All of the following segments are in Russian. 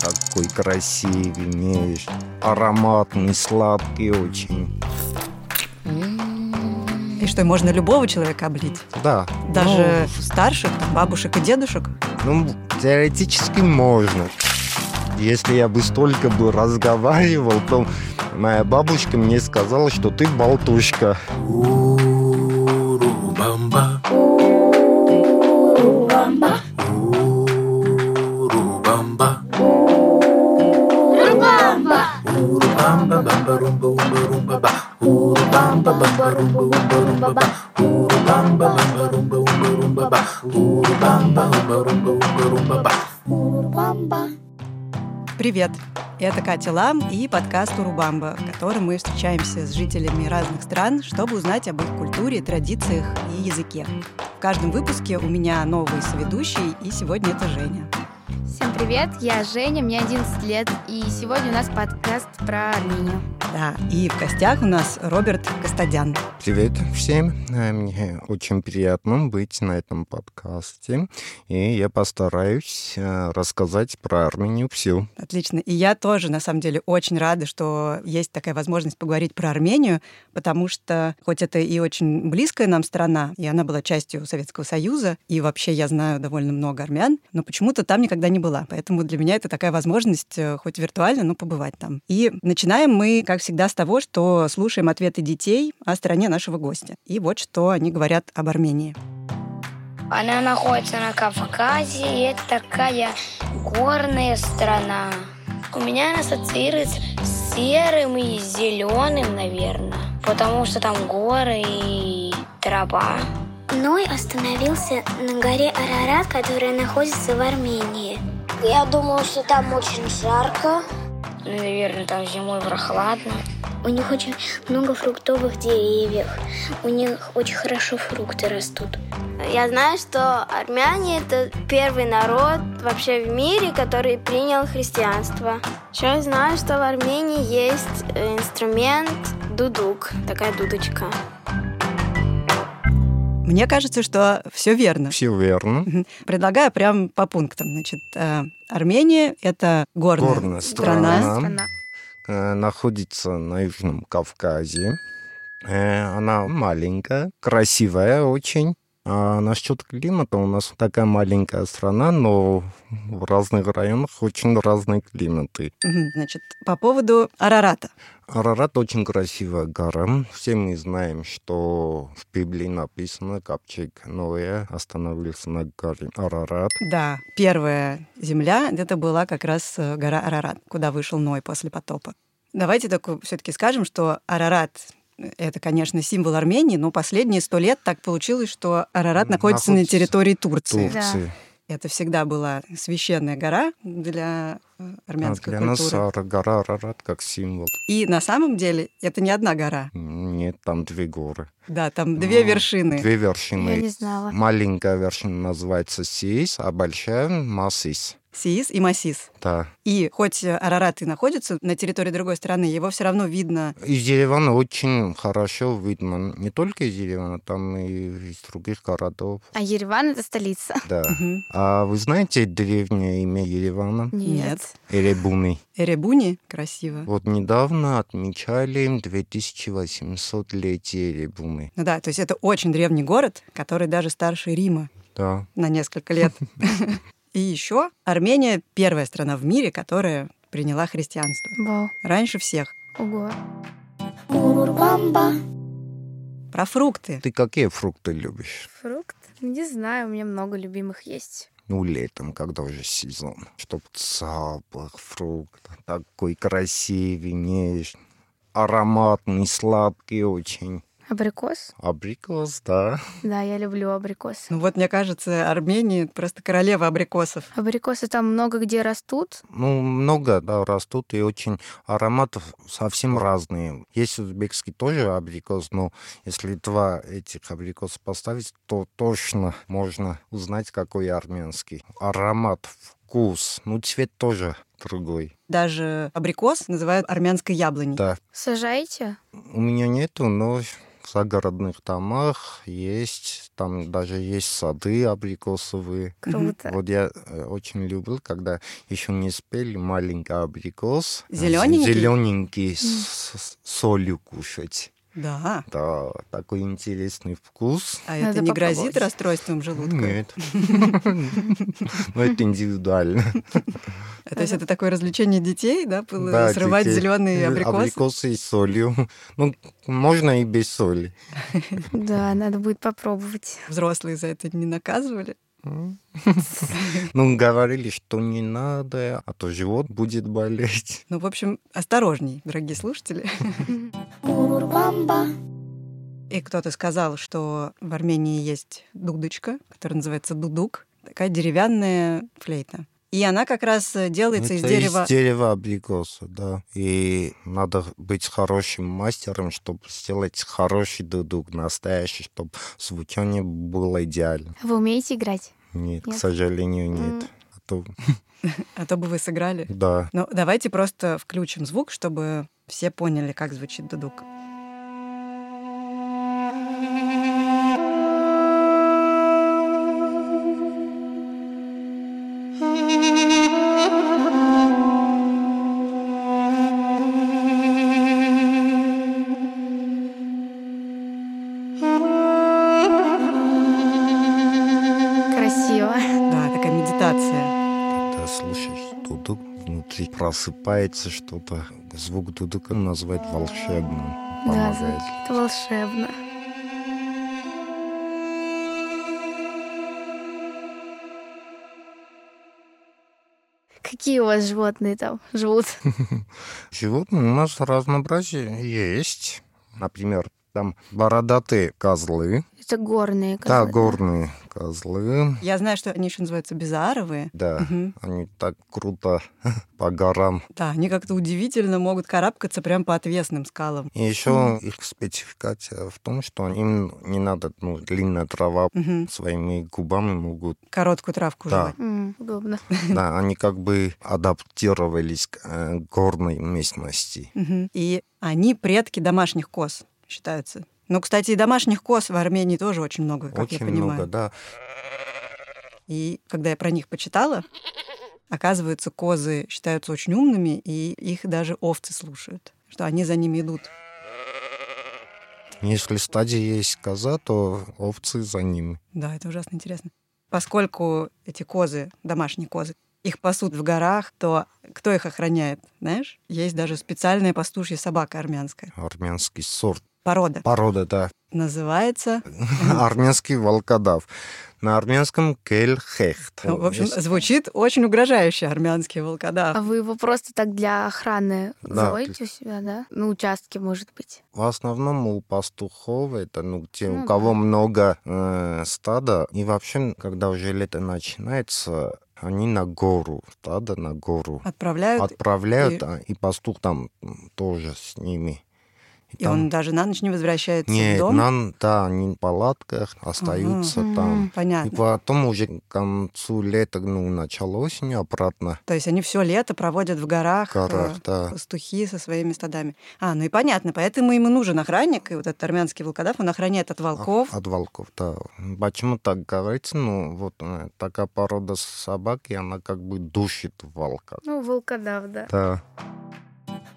такой красивенький, ароматный, сладкий очень. И что, можно любого человека облить? Да. Даже старших, там, бабушек и дедушек? Ну, ну, теоретически можно. Если я бы столько бы разговаривал, то моя бабушка мне сказала, что ты болтушка. Урубамба. Урубамба. Урубамба. Урубамба. румба умба румба ба. Урубамба бамба румба умба румба ба. Урубамба бамба румба умба румба ба. Урубамба умба румба умба румба ба. Привет! Это Катя Лам и подкаст «Урубамба», в котором мы встречаемся с жителями разных стран, чтобы узнать об их культуре, традициях и языке. В каждом выпуске у меня новый соведущий, и сегодня это Женя. Всем привет, я Женя, мне 11 лет, и сегодня у нас подкаст про Армению. Да, и в гостях у нас Роберт Костадян. Привет всем. Э, Мне очень приятно быть на этом подкасте. И я постараюсь э, рассказать про Армению всю. Отлично. И я тоже, на самом деле, очень рада, что есть такая возможность поговорить про Армению, потому что, хоть это и очень близкая нам страна, и она была частью Советского Союза, и вообще я знаю довольно много армян, но почему-то там никогда не была. Поэтому для меня это такая возможность, э, хоть виртуально, но побывать там. И начинаем мы, как всегда, с того, что слушаем ответы детей о стране нашего гостя. И вот что они говорят об Армении. Она находится на Кавказе, и это такая горная страна. У меня она ассоциируется с серым и зеленым, наверное, потому что там горы и трава. Ной остановился на горе Арарат, которая находится в Армении. Я думаю, что там очень жарко. Наверное, там зимой прохладно. У них очень много фруктовых деревьев. У них очень хорошо фрукты растут. Я знаю, что армяне – это первый народ вообще в мире, который принял христианство. Еще я знаю, что в Армении есть э, инструмент дудук, такая дудочка. Мне кажется, что все верно. Все верно. Мгм. Предлагаю прям по пунктам. Значит, э, Армения — это горная, Горная страна. страна. Страна. Э, Находится на Южном Кавказе. Э, Она маленькая, красивая очень. А насчет климата у нас такая маленькая страна, но в разных районах очень разные климаты. Мгм. Значит, по поводу Арарата. Арарат очень красивая гора. Все мы знаем, что в Библии написано «Капчик Ноя остановился на горе Арарат». Да, первая земля — это была как раз э, гора Арарат, куда вышел Ной после потопа. Давайте только все таки скажем, что Арарат — это, конечно, символ Армении, но последние сто лет так получилось, что Арарат находится, на Находится. территории Турции. Турции. Это всегда была священная гора для э, А армянской для культуры. нас Ара- гора Арарат как символ. И на самом деле это не одна гора. Нет, там две горы. Да, там две Ну, вершины. Две вершины. Я не знала. Маленькая вершина называется Сис, а большая — Масис. Сиис и Масис. Да. И хоть э, Арарат и находится на территории другой страны, его все равно видно. Из Еревана очень хорошо видно. Не только из Еревана, там и из других городов. А Ереван — это столица. Да. Мгм. А вы знаете древнее имя Еревана? Нет. Эребуны. Эребуни красиво. Вот недавно отмечали 2800-летие Эребуны. Ну да, то есть это очень древний город, который даже старше Рима Да. на несколько лет. И еще Армения первая страна в мире, которая приняла христианство. Вау. Раньше всех. Ого. Про фрукты. Ты какие фрукты любишь? Фрукт? Не знаю, у меня много любимых есть. Ну, летом, когда уже сезон. Чтоб запах фрукта такой красивенький, ароматный, сладкий очень. Абрикос? Абрикос, да. Да, я люблю абрикосы. Ну вот, мне кажется, Армения просто королева абрикосов. Абрикосы там много где растут. Ну, много, да, растут и очень ароматов совсем разные. Есть узбекский тоже абрикос, но если два этих абрикоса поставить, то точно можно узнать, какой армянский. Аромат, вкус, ну, цвет тоже другой. Даже абрикос называют армянской яблоней. Да, Сажаете? у меня нету, но в загородных домах есть, там даже есть сады абрикосовые. Круто. Вот я э, очень любил, когда еще не спели маленький абрикос. Зелёненький? Зелененький, с, с солью кушать. Да. Да, такой интересный вкус. А Надо это не грозит попробовать. расстройством желудка? Нет. Но это индивидуально. А То есть это такое развлечение детей, да, было Да, срывать детей. зеленые Э, абрикосы? Абрикосы с солью. Ну, можно и без соли. Да, надо будет попробовать. Взрослые за это не наказывали. Ну, говорили, что не надо, а то живот будет болеть. Ну, в общем, осторожней, дорогие слушатели. Урубамба, И кто-то сказал, что в Армении есть дудочка, которая называется дудук, такая деревянная флейта. И она как раз э, делается из Это дерева. Из дерева абрикоса, да. И надо быть хорошим мастером, чтобы сделать хороший дудук, настоящий, чтобы звучание было идеально. Вы умеете играть? Нет, Нет. к сожалению, нет. А то, А то бы вы сыграли. да. Ну, давайте просто включим звук, чтобы все поняли, как звучит дудук. Красиво. Да, такая медитация. Когда слушаешь дудук, внутри просыпается что-то. Звук дудука называют волшебным. Да, Помогает. это волшебно. Какие у вас животные там живут? Животные у нас разнообразие есть. Например, там бородатые козлы, Это горные да, козлы, горные козлы, Я знаю, что они еще называются безааровые. да. Мгм. Они так круто по горам. Да, они как-то удивительно могут карабкаться прям по отвесным скалам. И еще их спецификация в том, что им не надо ну, длинная трава. Мгм. Своими губами могут. Короткую травку Да. жевать. М, удобно. Да, они как бы адаптировались к э, горной местности. Мгм. И они предки домашних коз, считаются. Ну, кстати, и домашних коз в Армении тоже очень много, как я Очень понимаю. много, да. И когда я про них почитала, оказывается, козы считаются очень умными, и их даже овцы слушают, что они за ними идут. Если стадия есть коза, то овцы за ними. Да, это ужасно интересно. Поскольку эти козы, домашние козы, их пасут в горах, то кто их охраняет, знаешь? Есть даже специальная пастушья собака армянская. Армянский сорт. Порода. Порода, да. Называется... армянский волкодав. На армянском кельхехт. Ну, в общем, звучит очень угрожающе армянский волкодав. А вы его просто так для охраны Да. заводите у себя, да? На участке, может быть. в основном у пастухов это, ну, те, Ну у да. кого много э, стада. И вообще, когда уже лето начинается, они на гору, стадо на гору Отправляют, отправляют, Э, и- а, и... пастух там м, тоже с ними. И и там- он даже на ночь не возвращается в Нет, дом. нам, да, они в палатках остаются Ага. там. Мгм. И Понятно. потом уже к концу лета, ну, начало осени обратно То есть они все лето проводят в горах, в горах, э, да. пастухи со своими стадами. А, ну и понятно, поэтому им и нужен охранник, и вот этот армянский волкодав, он охраняет от волков. От волков, да. Почему так говорится? Ну, вот э, такая порода собаки, она как бы душит волка. Ну, волкодав, да. Да.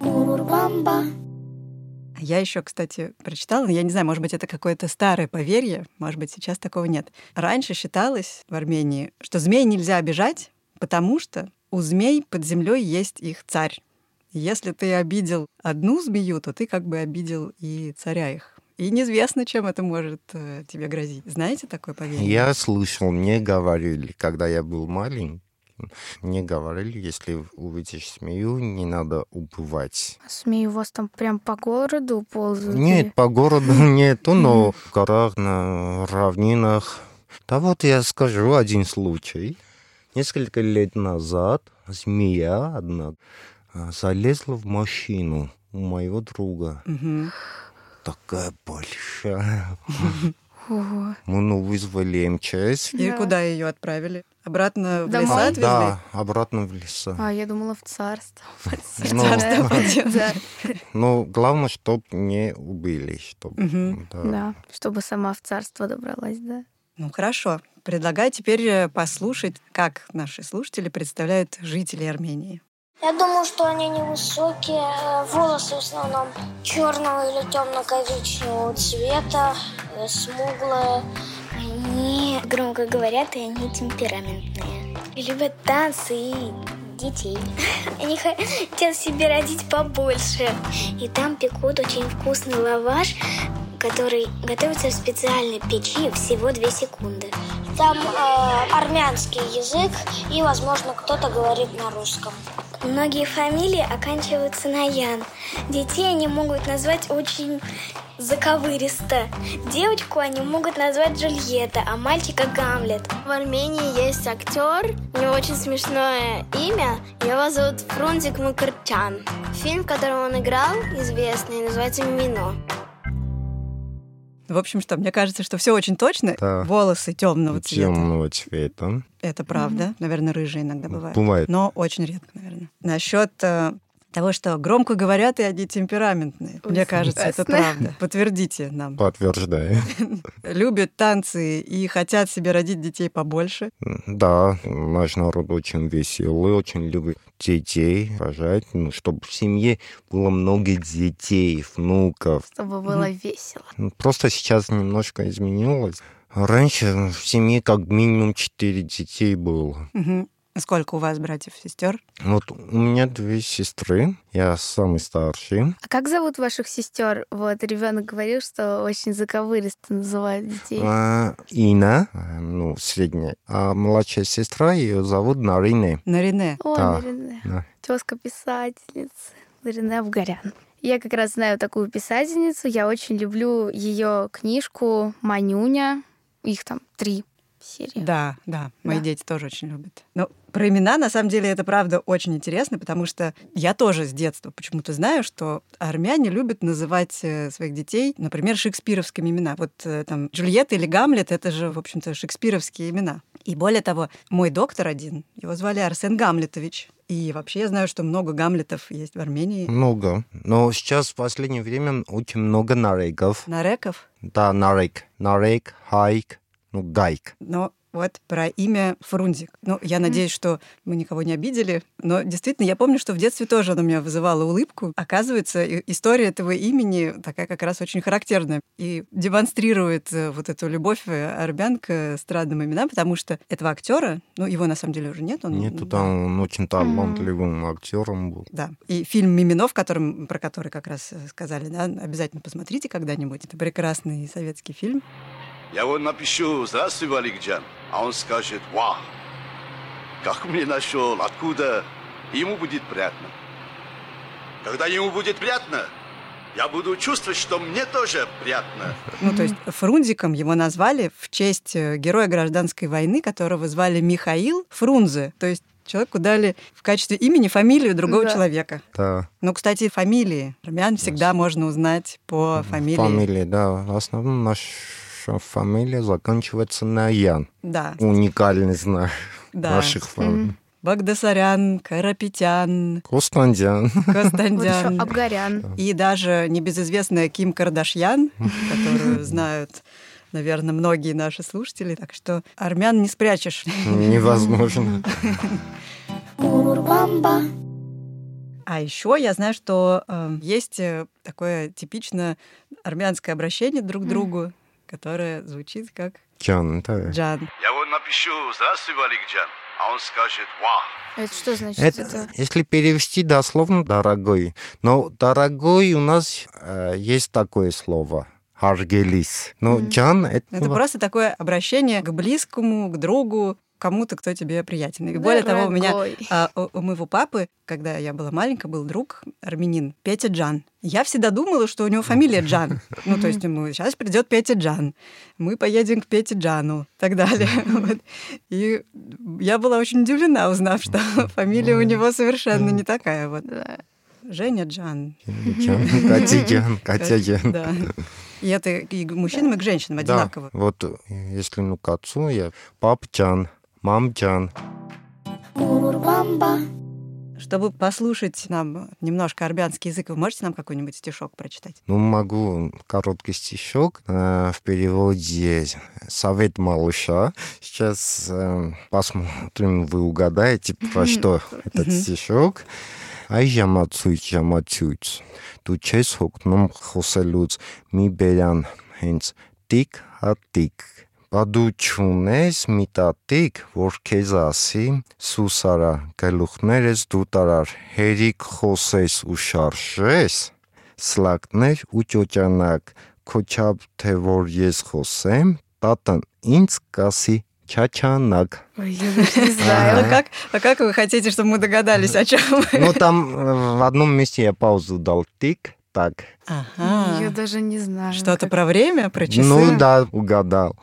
урубамба, А Я еще, кстати, прочитала, я не знаю, может быть, это какое-то старое поверье, может быть, сейчас такого нет. Раньше считалось в Армении, что змей нельзя обижать, потому что у змей под землей есть их царь. И Если ты обидел одну змею, то ты как бы обидел и царя их. И неизвестно, чем это может э, тебе грозить. Знаете такое поверье? Я слышал, мне говорили, когда я был маленьким, мне говорили, если увидишь змею, не надо убывать. А Змеи у вас там прям по городу ползают? Нет, по городу нету, но в горах, на равнинах. Да вот я скажу один случай. Несколько лет назад змея одна а, залезла в машину у моего друга. Мгм. Такая большая. Ого. Мы ну, вызвали МЧС. А, И Да. куда ее отправили? Обратно в Домой? леса отвезли? Да, обратно в леса. А, я думала, в царство. Ну, Царство подземное. Да, Ну, главное, чтобы не убили, чтобы... Мгм, да. да. Чтобы сама в царство добралась, да. Ну хорошо. Предлагаю теперь э, послушать, как наши слушатели представляют жителей Армении. Я думаю, что они невысокие, э, волосы в основном черного или темно-коричневого цвета, э, смуглые. Они громко говорят, и они темпераментные. Любят танцы и детей. Они хотят себе родить побольше. И там пекут очень вкусный лаваш, который готовится в специальной печи всего 2 секунды. Там э, армянский язык и, возможно, кто-то говорит на русском. Многие фамилии оканчиваются на Ян. Детей они могут назвать очень заковыристо. Девочку они могут назвать Джульетта, а мальчика Гамлет. В Армении есть актер, у него очень смешное имя, его зовут Фрунзик Макарчан. Фильм, в котором он играл, известный, называется «Мимино». В общем, что мне кажется, что все очень точно. Да. Волосы темного цвета. Темного цвета. Это правда. Наверное, рыжие Ну, иногда бывают. Бывает. Но очень редко, наверное. Насчет э, того, что громко говорят и они темпераментные. Мне кажется, это правда. Подтвердите нам. Подтверждаю. Любят танцы и хотят себе родить детей побольше. Да, наш народ очень веселый, очень любит детей рожать, ну, чтобы в семье было много детей, внуков. Чтобы было весело. Ну, Просто сейчас немножко изменилось. Раньше в семье как минимум четыре детей было. Мгм. Сколько у вас братьев, сестер? Вот у меня две сестры, я самый старший. А как зовут ваших сестер? Вот ребенок говорил, что очень заковыристо называют детей. А, Ина, а, ну, средняя, а младшая сестра, ее зовут Нарина. Нарине. О, да, Нарине. да. Тезка писательница. Нарине Авгарян. Я как раз знаю такую писательницу. Я очень люблю ее книжку «Манюня». Их там три серии. Да, да, мои Да. дети тоже очень любят. Но про имена, на самом деле, это правда очень интересно, потому что я тоже с детства почему-то знаю, что армяне любят называть э, своих детей, например, шекспировскими имена. Вот э, там Джульетта или Гамлет — это же, в общем-то, шекспировские имена. И более того, мой доктор один, его звали Арсен Гамлетович. И вообще я знаю, что много Гамлетов есть в Армении. Много. Но сейчас в последнее время очень много нареков. Нареков. Да, нарек. Нарек, хайк, ну, гайк. Но вот про имя Фрунзик. Ну, я надеюсь, что мы никого не обидели, но действительно, я помню, что в детстве тоже оно у меня вызывало улыбку. Оказывается, и- история этого имени такая как раз очень характерная и демонстрирует э, вот эту любовь э, армян к э, странным именам, потому что этого актера, ну, его на самом деле уже нет, он... Нету там, он очень талантливым актером был. Да. И фильм «Мимино», в котором, про который как раз э, сказали, да, обязательно посмотрите когда-нибудь. Это прекрасный советский фильм. Я его напишу «Здравствуй, Валикджан», а он скажет «Вау! Как мне нашел? Откуда?» И Ему будет приятно. Когда ему будет приятно, я буду чувствовать, что мне тоже приятно. Ну, то есть Фрунзиком его назвали в честь э, героя гражданской войны, которого звали Михаил Фрунзе. То есть человеку дали в качестве имени фамилию другого Да. человека. Да, Ну, кстати, фамилии. Армян всегда можно узнать по фамилии. фамилия, да. В основном наша фамилия заканчивается на Ян. Да, Уникальный знак да. наших фамилий. Багдасарян, Карапетян, Костандян. Вот еще Костандян. Абгарян. И даже небезызвестная Ким Кардашьян, которую знают, наверное, многие наши слушатели. Так что армян не спрячешь. Невозможно. А еще я знаю, что э, есть э, такое типично армянское обращение друг к другу, которое звучит как Чан, да. джан. Я его напишу «Здравствуй, Валикджан», а он скажет «Вау!» Это что значит? Это, если перевести дословно, дорогой. Но дорогой у нас э, есть такое слово. Аргелис. Но Чан это... Это просто такое обращение к близкому, к другу, к кому-то, кто тебе приятен. И более того, у меня Дорогой. а, у, у моего папы, когда я была маленькая, был друг армянин Петя Джан. Я всегда думала, что у него фамилия Джан. Ну, то есть ему сейчас придет Петя Джан, мы поедем к Пете Джану и так далее. Вот. И я была очень удивлена, узнав, что фамилия у него совершенно не такая. Вот. Да. Женя Джан. Э, Чан, Катя Чан, Катя Чан. Да. И это и к мужчинам, и к женщинам одинаково. Да. Вот э, если ну к отцу, я папчан, мамчан. Чтобы послушать нам немножко армянский язык, вы можете нам какой-нибудь стишок прочитать? Ну, могу короткий стишок э, в переводе «Совет малыша». Сейчас э, посмотрим, вы угадаете, про что этот стишок. Այ ժամացույց, ժամացույց, դու չես հոգնում խոսելուց, մի բերան հենց տիկ հա տիկ։ Բա դու չունես մի տատիկ, որ քեզ ասի, սուսարա, գլուխներս դու տարար, հերիք խոսես ու շարժես, սլակներ ու ճոճանակ, քոչապ թե որ ես խոսեմ, տատն ինձ կասի չաչանակ։ Ой, я даже не А, знаю. ну как, а как вы хотите, чтобы мы догадались, о чем? Ну там э, в одном месте я паузу дал тик, так. Я Ага. даже не знаю. Что-то как- про время, про часы? Ну да, угадал.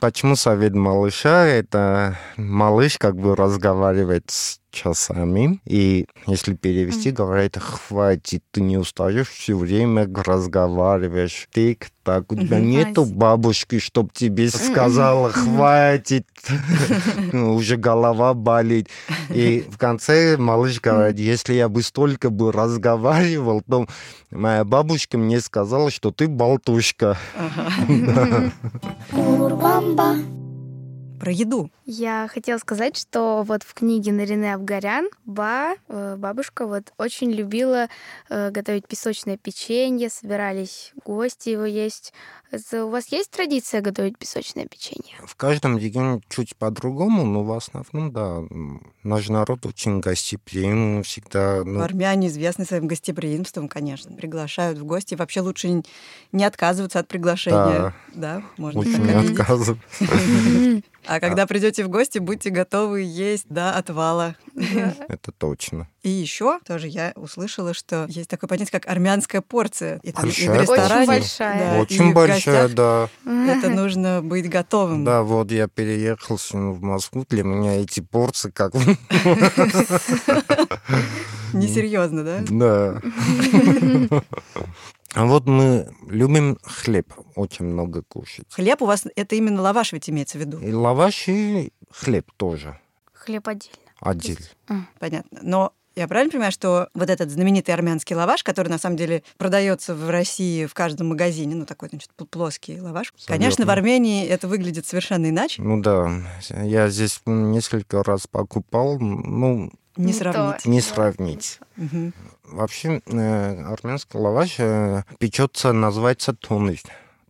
Почему совет малыша? Это малыш как бы разговаривает с часами, и если перевести, говорит, хватит, ты не устаешь, все время разговариваешь. Тик, так, у тебя Мгм. М-м-м. нету бабушки, чтоб тебе сказала, хватит, Ну, уже голова болит. И в конце малыш говорит, если я бы столько бы разговаривал, то моя бабушка мне сказала, что ты болтушка. Ага. Про еду. Я хотела сказать, что вот в книге Нарине Авгарян ба, э, бабушка вот очень любила э, готовить песочное печенье, собирались гости его есть. Это у вас есть традиция готовить песочное печенье? В каждом регионе чуть по-другому, но в основном, да, м, наш народ очень гостеприимный, всегда... ну, Армяне известны своим гостеприимством, конечно. Приглашают в гости. Вообще лучше н- не отказываться от приглашения. Да, можно лучше так не обидеть. отказываться. А когда придете в гости, будьте готовы есть до отвала. Это точно. И еще тоже я услышала, что есть такое понятие, как армянская порция. И там и в Большая ресторане. Очень большая. да, и Очень в большая, гостях да. Это нужно быть готовым. Да, вот я переехал сюда в Москву, для меня эти порции как... Несерьезно, да? Да. А вот мы любим хлеб очень много кушать. Хлеб у вас это именно лаваш ведь имеется в виду, И лаваш, и хлеб тоже. Хлеб отдельно. Один. понятно. Но я правильно понимаю, что вот этот знаменитый армянский лаваш, который на самом деле продается в России в каждом магазине, ну такой, значит, пл- плоский лаваш. Абсолютно. Конечно, в Армении это выглядит совершенно иначе, Ну да, я здесь ну, несколько раз покупал, ну, не Не то. сравнить. не сравнить. Мгм. Вообще, э, армянский лаваш э, печется, называется тонель,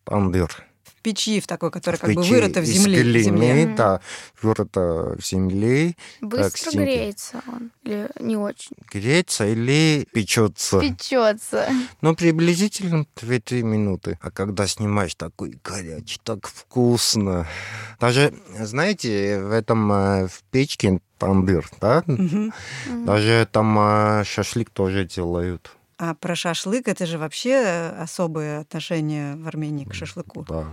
тандыр. В печи, в такой, который В как бы печи вырыта в из земле. в глины, земле. Мгм. да, вырыта в земле, Быстро стенки. греется он или не очень? греется или печется. Печется. Ну, приблизительно 2-3 минуты. А когда снимаешь, такой горячий, так вкусно. Даже, знаете, в этом, э, в печке тандыр, да? Мгм. Даже там а, шашлык тоже делают. А про шашлык это же вообще э, особое отношение в Армении к шашлыку. Да.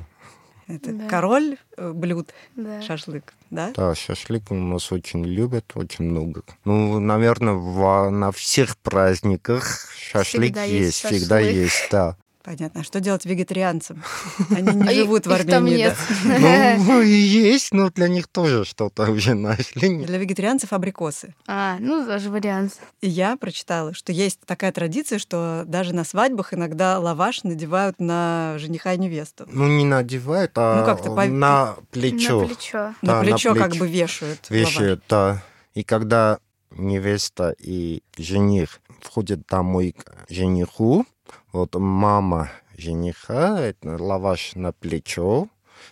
Это Да. король э, блюд Да. шашлык, да? Да, шашлык у нас очень любят, очень много. Ну, наверное, во- на всех праздниках шашлык Всегда есть, есть всегда шашлык. есть, да. Понятно. А что делать вегетарианцам? Они не А и- живут в их там Армении. да. нет. Ну, и есть, но для них тоже что-то уже нашли. Для вегетарианцев абрикосы. А, ну тоже вариант. И я прочитала, что есть такая традиция, что даже на свадьбах иногда лаваш надевают на жениха и невесту. Ну, не надевают, а Ну, как-то по- на плечо. На плечо. А Да, на на плечо как плечо. бы вешают. лаваш. вешают, да. И когда невеста и жених входят домой к жениху, вот мама жениха, это лаваш на плечо,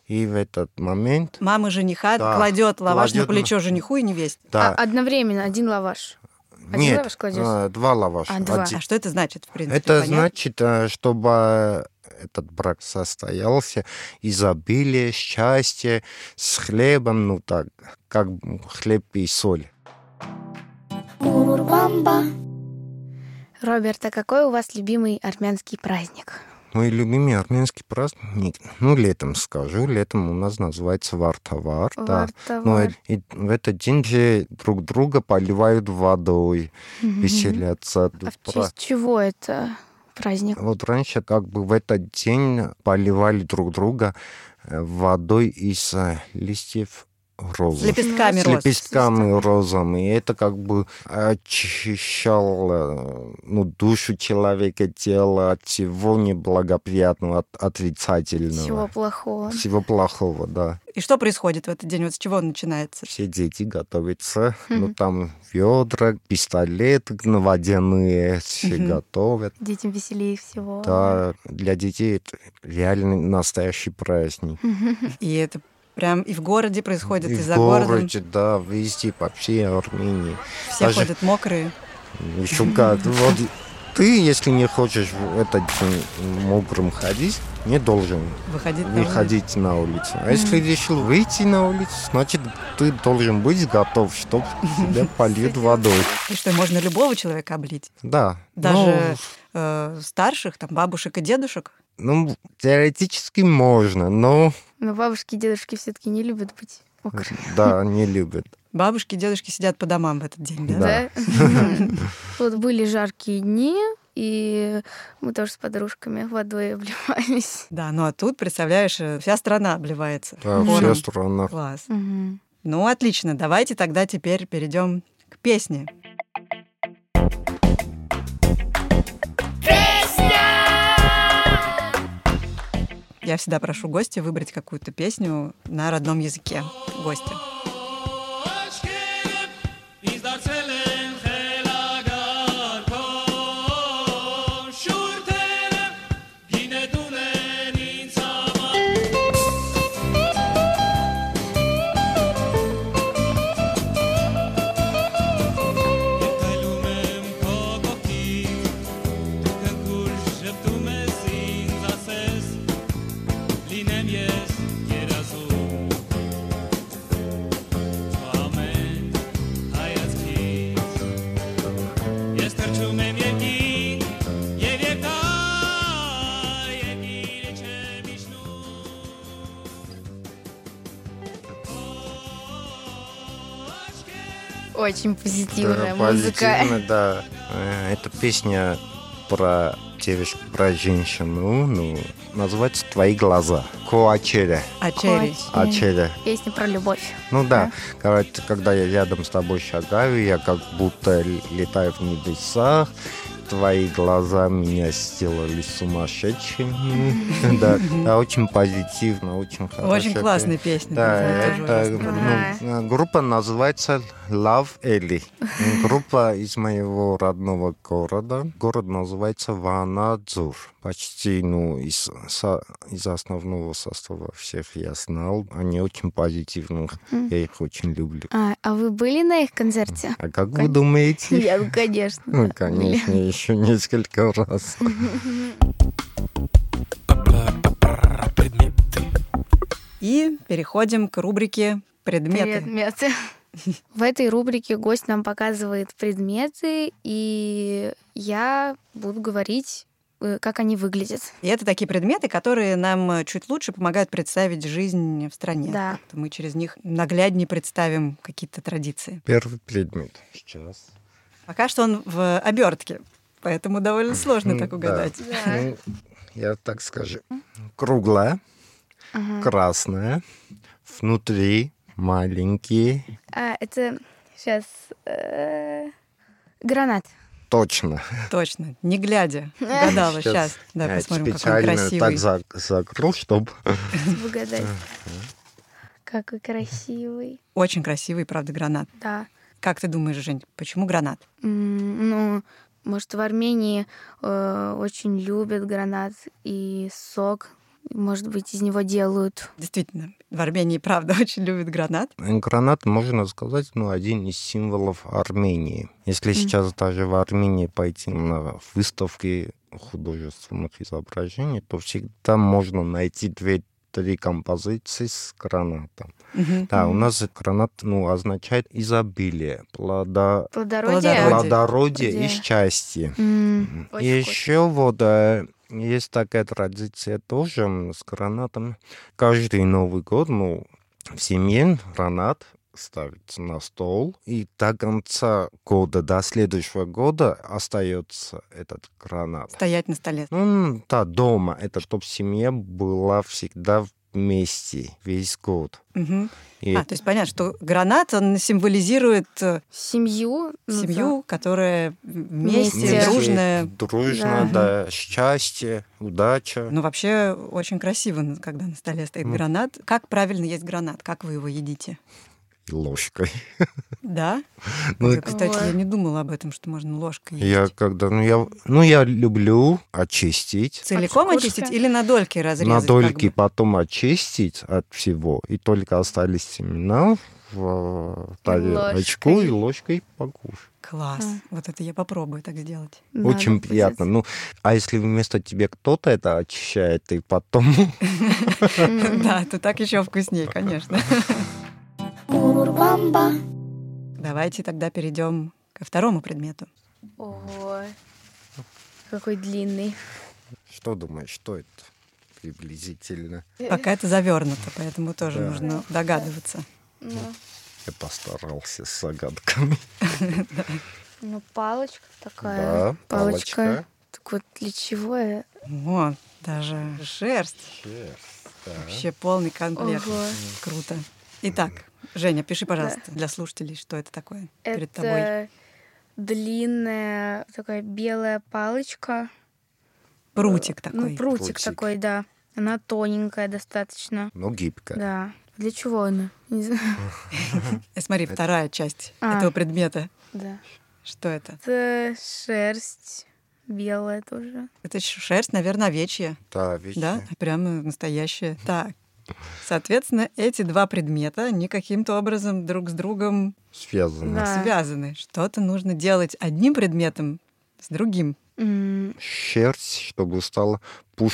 и в этот момент, Мама жениха Да, кладет лаваш кладет на плечо жениху и невесте. А, да, одновременно один лаваш. один нет, лаваш кладешь? а, два лаваша. А, два. А один. что это значит, в принципе? Это понятно? значит, а, чтобы этот брак состоялся, изобилие, счастье с хлебом, ну так, как хлеб и соль. Роберт, а какой у вас любимый армянский праздник? Мой любимый армянский праздник, ну, летом скажу, летом у нас называется вартовар, да. Ну, Вартовар. Но и в этот день же друг друга поливают водой, Мгм. веселятся. А в честь чего это праздник. Вот раньше как бы в этот день поливали друг друга э, водой из э, листьев С розы. лепестками С роз. лепестками розом. И это как бы очищало ну, душу человека, тело от всего неблагоприятного, от Всего отрицательного. плохого. Всего плохого, да. И что происходит в этот день? Вот с чего он начинается? Все дети готовятся. Мгм. Ну, там ведра, пистолеты водяные все Мгм. готовят. Детям веселее всего. Да, для детей это реально настоящий праздник. Мгм. И это прям и в городе происходит, и, И в за городом. городе, да, везде, по всей Армении. Все даже- ходят мокрые. Еще как. Вот ты, если не хочешь в этот день мокрым ходить, не должен Выходить на улицу. выходить на улицу. А если решил выйти на улицу, значит, ты должен быть готов, чтобы тебя польют водой. И что, можно любого человека облить? Да. ну, Даже э, старших, там, бабушек и дедушек? Ну, ну, теоретически можно, но Но бабушки и дедушки все-таки не любят быть мокрыми. да, не любят. Бабушки и дедушки сидят по домам в этот день, да? Да. Вот были жаркие дни, и мы тоже с подружками водой обливались. Да, ну а тут, представляешь, э, вся страна обливается. Да, хором. вся страна Класс. Мгм. Ну, отлично. Давайте тогда теперь перейдем к песне. Я всегда прошу гостя выбрать какую-то песню на родном языке гостя. Очень позитивная Да, музыка. позитивно, да. Э, Это песня про девушку, про женщину. Ну, называется «Твои глаза». Коачеля. А Черри? Очень. Ачеля. Песня про любовь. Ну да, когда, ты- когда я рядом с тобой шагаю, я как будто л- летаю в небесах. Твои глаза меня сделали сумасшедшим. Да, да, очень позитивно, очень хорошо. Очень классная песня. Да, кстати, тоже это очень ну, понравилась. э, группа называется Love Ellie. М, Группа из моего родного города. Город называется Ванадзур. Почти, ну, из, со- из основного состава всех я знал. Они очень позитивные. Мгм. Я их очень люблю. А, а вы были на их концерте? А как вы Кон- думаете? Я, ну, конечно. Ну, да, были. конечно, еще несколько раз. И переходим к рубрике «Предметы». Предметы. В этой рубрике гость нам показывает предметы, и я буду говорить, э, как они выглядят. И это такие предметы, которые нам э, чуть лучше помогают представить жизнь в стране. Да. Как-то мы через них нагляднее представим какие-то традиции. Первый предмет. Сейчас. Пока что он в обертке, поэтому довольно сложно М, так да. угадать. Ну, я так скажу. Круглая, красная, внутри маленькие. А, это сейчас... э, Гранат. Точно. Точно, не глядя. Угадала Сейчас. сейчас. Да, Я посмотрим, какой он специально красивый. так за- закрыл, чтобы... Угадай. Какой красивый. Очень красивый, правда, гранат. Да. Как ты думаешь, Жень, почему гранат? М, Ну, может, в Армении э, очень любят гранат и сок. Может быть, из него делают. Действительно, в Армении, правда, очень любят гранат. Гранат, можно сказать, ну, один из символов Армении. Если сейчас даже в Армении пойти на выставки художественных изображений, то всегда можно найти две-три композиции с гранатом. Мгм. Да, у нас гранат ну, означает изобилие, плода... Плодородие. Э, Плодородие. плодородие Плодородие. и счастье. М, И еще вот э, есть такая традиция тоже м, с гранатом. Каждый Новый год, ну, в семье гранат ставится на стол, и до конца года, до следующего года остается этот гранат. Стоять на столе. Ну, да, дома. Это чтобы семья была всегда вместе весь год. Мгм. И А, то есть понятно, что гранат, он символизирует э, Семью. ну, семью, которая вместе, Вместе. дружная. Дружно, да. Счастье, удача. Ну, вообще, очень красиво, когда на столе стоит Мгм. гранат. Как правильно есть гранат? Как вы его едите? И ложкой. Да? Ну, Я, кстати, Ой. я не думала об этом, что можно ложкой есть. Я когда, ну я, ну я люблю очистить, Целиком От очистить кусочка? или на дольки разрезать? на как дольки бы? потом очистить от всего, и только остались семена в э, тарелочку Ложкой. и ложкой покушать. Класс. М. Вот это я попробую так сделать. надо Очень будет. приятно. Ну, а если вместо тебя кто-то это очищает, и потом М. Да, то так еще вкуснее, конечно. Давайте тогда перейдем ко второму предмету. Ого. Какой длинный. Что думаешь, что это приблизительно? Э, Пока это завернуто, поэтому тоже Да. нужно догадываться. Ну, Я постарался с загадками. Ну, палочка такая палочка. Так вот, для чего я? О, даже шерсть. Вообще полный комплект. Ого. Круто. Итак, Женя, пиши, пожалуйста, для слушателей, что это такое перед тобой. Это длинная такая белая палочка. Прутик Ну, такой. прутик, Прутик. такой, да. Она тоненькая достаточно. Ну, гибкая. Да. Для чего она? Не знаю. Э, Смотри, вторая часть А. этого предмета. Да. Что это? Это шерсть белая тоже. Это щ- шерсть, наверное, овечья. Да, видишь? Да, прямо настоящая. Так. Соответственно, эти два предмета, они каким-то образом друг с другом Связана. Да. связаны. Что-то нужно делать одним предметом с другим. М, Шерсть, чтобы стало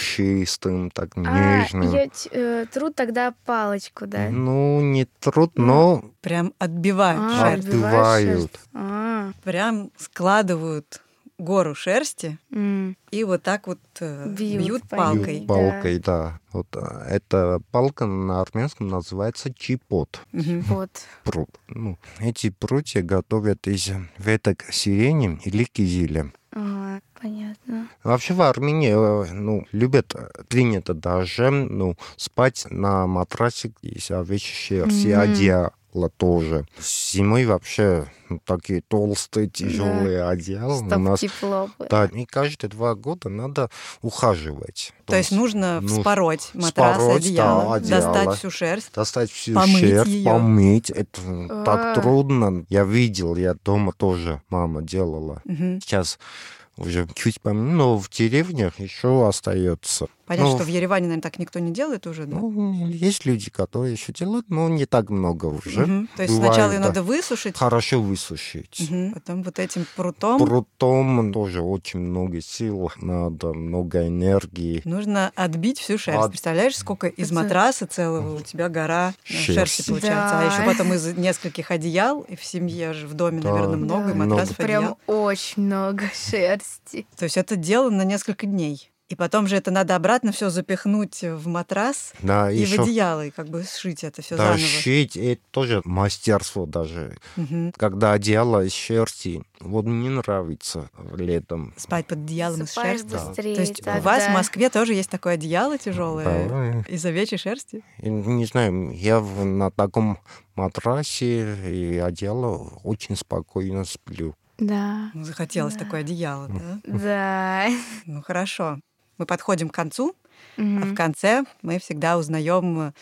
пушистым, так А, нежным. я т- э, тру тогуда палочку, да? Ну, не труд, но Прям отбивают А, шерсть. отбиваешь отбивают. А, Прям складывают гору шерсти м, и вот так вот э, бьют, Бьют по ней. палкой. Бьют Палкой, да. Вот а, эта палка на армянском называется чипот. Мгм. вот. прут. Ну, эти прутья готовят из веток сирени или кизиля. А, понятно. Вообще в Армении э, ну, любят, э, принято даже ну, спать на матрасе из овечьей шерсти, Мгм. одеяло тоже. Зимой вообще ну, такие толстые, тяжелые одеяла А у Чтоб нас. тепло было. Да, и каждые два года надо ухаживать. То есть ну, нужно нужно вспороть матрас, вспороть, одеяло, ну, да, одеяло. достать всю шерсть. достать всю Помыть шерсть, её. помыть. Это так А. трудно. Я видел, я дома тоже мама делала. Мгм. Сейчас уже чуть поменьше, но в деревнях еще остается. Понятно, Ну, что в Ереване, наверное, так никто не делает уже. да? Ну, есть люди, которые еще делают, но не так много уже. Мгм. То есть бывает, сначала ее да. надо высушить, Хорошо высушить. Мгм. Потом вот этим прутом Прутом тоже очень много сил надо, много энергии. нужно отбить всю шерсть. От- Представляешь, сколько из Это- матраса целого у тебя гора э, Шерсти. шерсти получается. А Да. еще потом из нескольких одеял, и в семье же в доме, Да. наверное, много, и Да. матрасов Много. одеял. Прям очень много шерсти. То есть это дело на несколько дней. И потом же это надо обратно все запихнуть в матрас Да, и в еще одеяло, и как бы сшить это все заново. тащить, это тоже мастерство даже. Мгм. Когда одеяло из шерсти, вот мне нравится летом. Спать под одеялом из Засыпаешь шерсти. быстрее. То есть у тогда. вас в Москве тоже есть такое одеяло тяжелое Да. из овечьей шерсти? И, Не знаю, я в- на таком матрасе и одеяло очень спокойно сплю. Да. Ну, захотелось Да. такое одеяло, да? Да. Ну хорошо. Мы подходим к концу, а в Мгм. конце мы всегда узнаем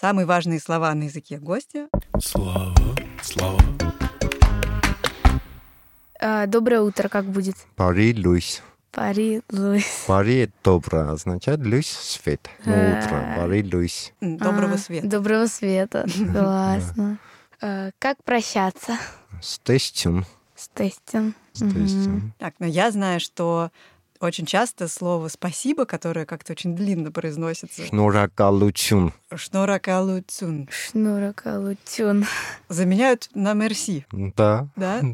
самые важные слова на языке гостя. Слава, слава, А, Доброе утро, как будет? Пари люсь. Пари, Луис. Пари это добро, означает люсь свет. Ну, утро. А. Пари люсь. М, Доброго А, света. Доброго света. Классно. А, Как прощаться Стестюн. с тестем? Стестюн. Так, но я знаю, что очень часто слово «спасибо», которое как-то очень длинно произносится, Шнуракалучун. «шноракалу цун», Шнурака лутюн. заменяют на «мерси». Да. Да? Ой,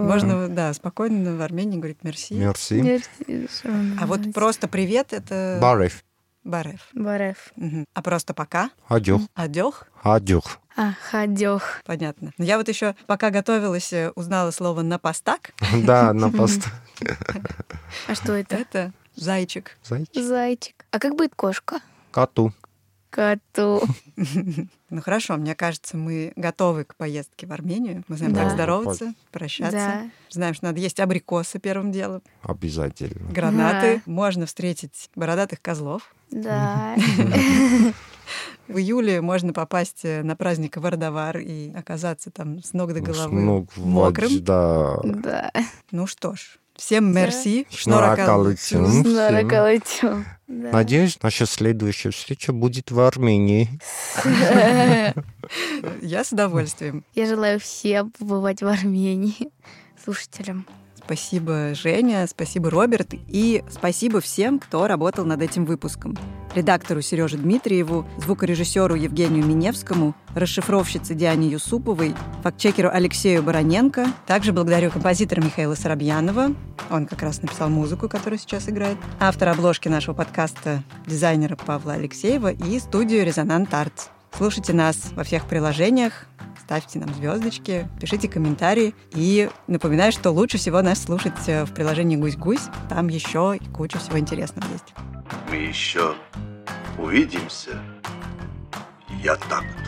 Можно, да, спокойно в Армении говорить «мерси». Мерси. мерси, шо А вот нравится. просто «привет» — это Барев. барев. Бареф. Мгм. А просто «пока» Адюх. — «адёх». Адюх. Ходёх. Понятно. Но я вот еще, пока готовилась, э, узнала слово «напастак». Да, на пост. А что это? Это зайчик. Зайчик. Зайчик. А как будет кошка? Коту. Коту. Ну хорошо, мне кажется, мы готовы к поездке в Армению. Мы знаем, Да. как здороваться, прощаться. Да. Знаем, что надо есть абрикосы первым делом, Обязательно. гранаты. Можно встретить бородатых козлов. Да. В июле можно попасть э, на праздник Вардавар и оказаться там с ног до Ну, с головы ног в мокрым. воде, Да. Да. Ну что ж, всем мерси. Шнуракалычу. шнуракалычу. Ну, всем. Нароколотил. Да. Надеюсь, наша следующая встреча будет в Армении. Я с удовольствием. Я желаю всем побывать в Армении. Слушателям. Спасибо, Женя, спасибо, Роберт, и спасибо всем, кто работал над этим выпуском. Редактору Сереже Дмитриеву, звукорежиссеру Евгению Миневскому, расшифровщице Диане Юсуповой, фактчекеру Алексею Бароненко. Также благодарю композитора Михаила Соробьянова, он как раз написал музыку, которую сейчас играет, автора обложки нашего подкаста, дизайнера Павла Алексеева и студию «Резонант Артс». Слушайте нас во всех приложениях, ставьте нам звездочки, пишите комментарии. И напоминаю, что лучше всего нас слушать э, в приложении «Гусь-Гусь». Там еще и куча всего интересного есть. Мы еще увидимся. Я так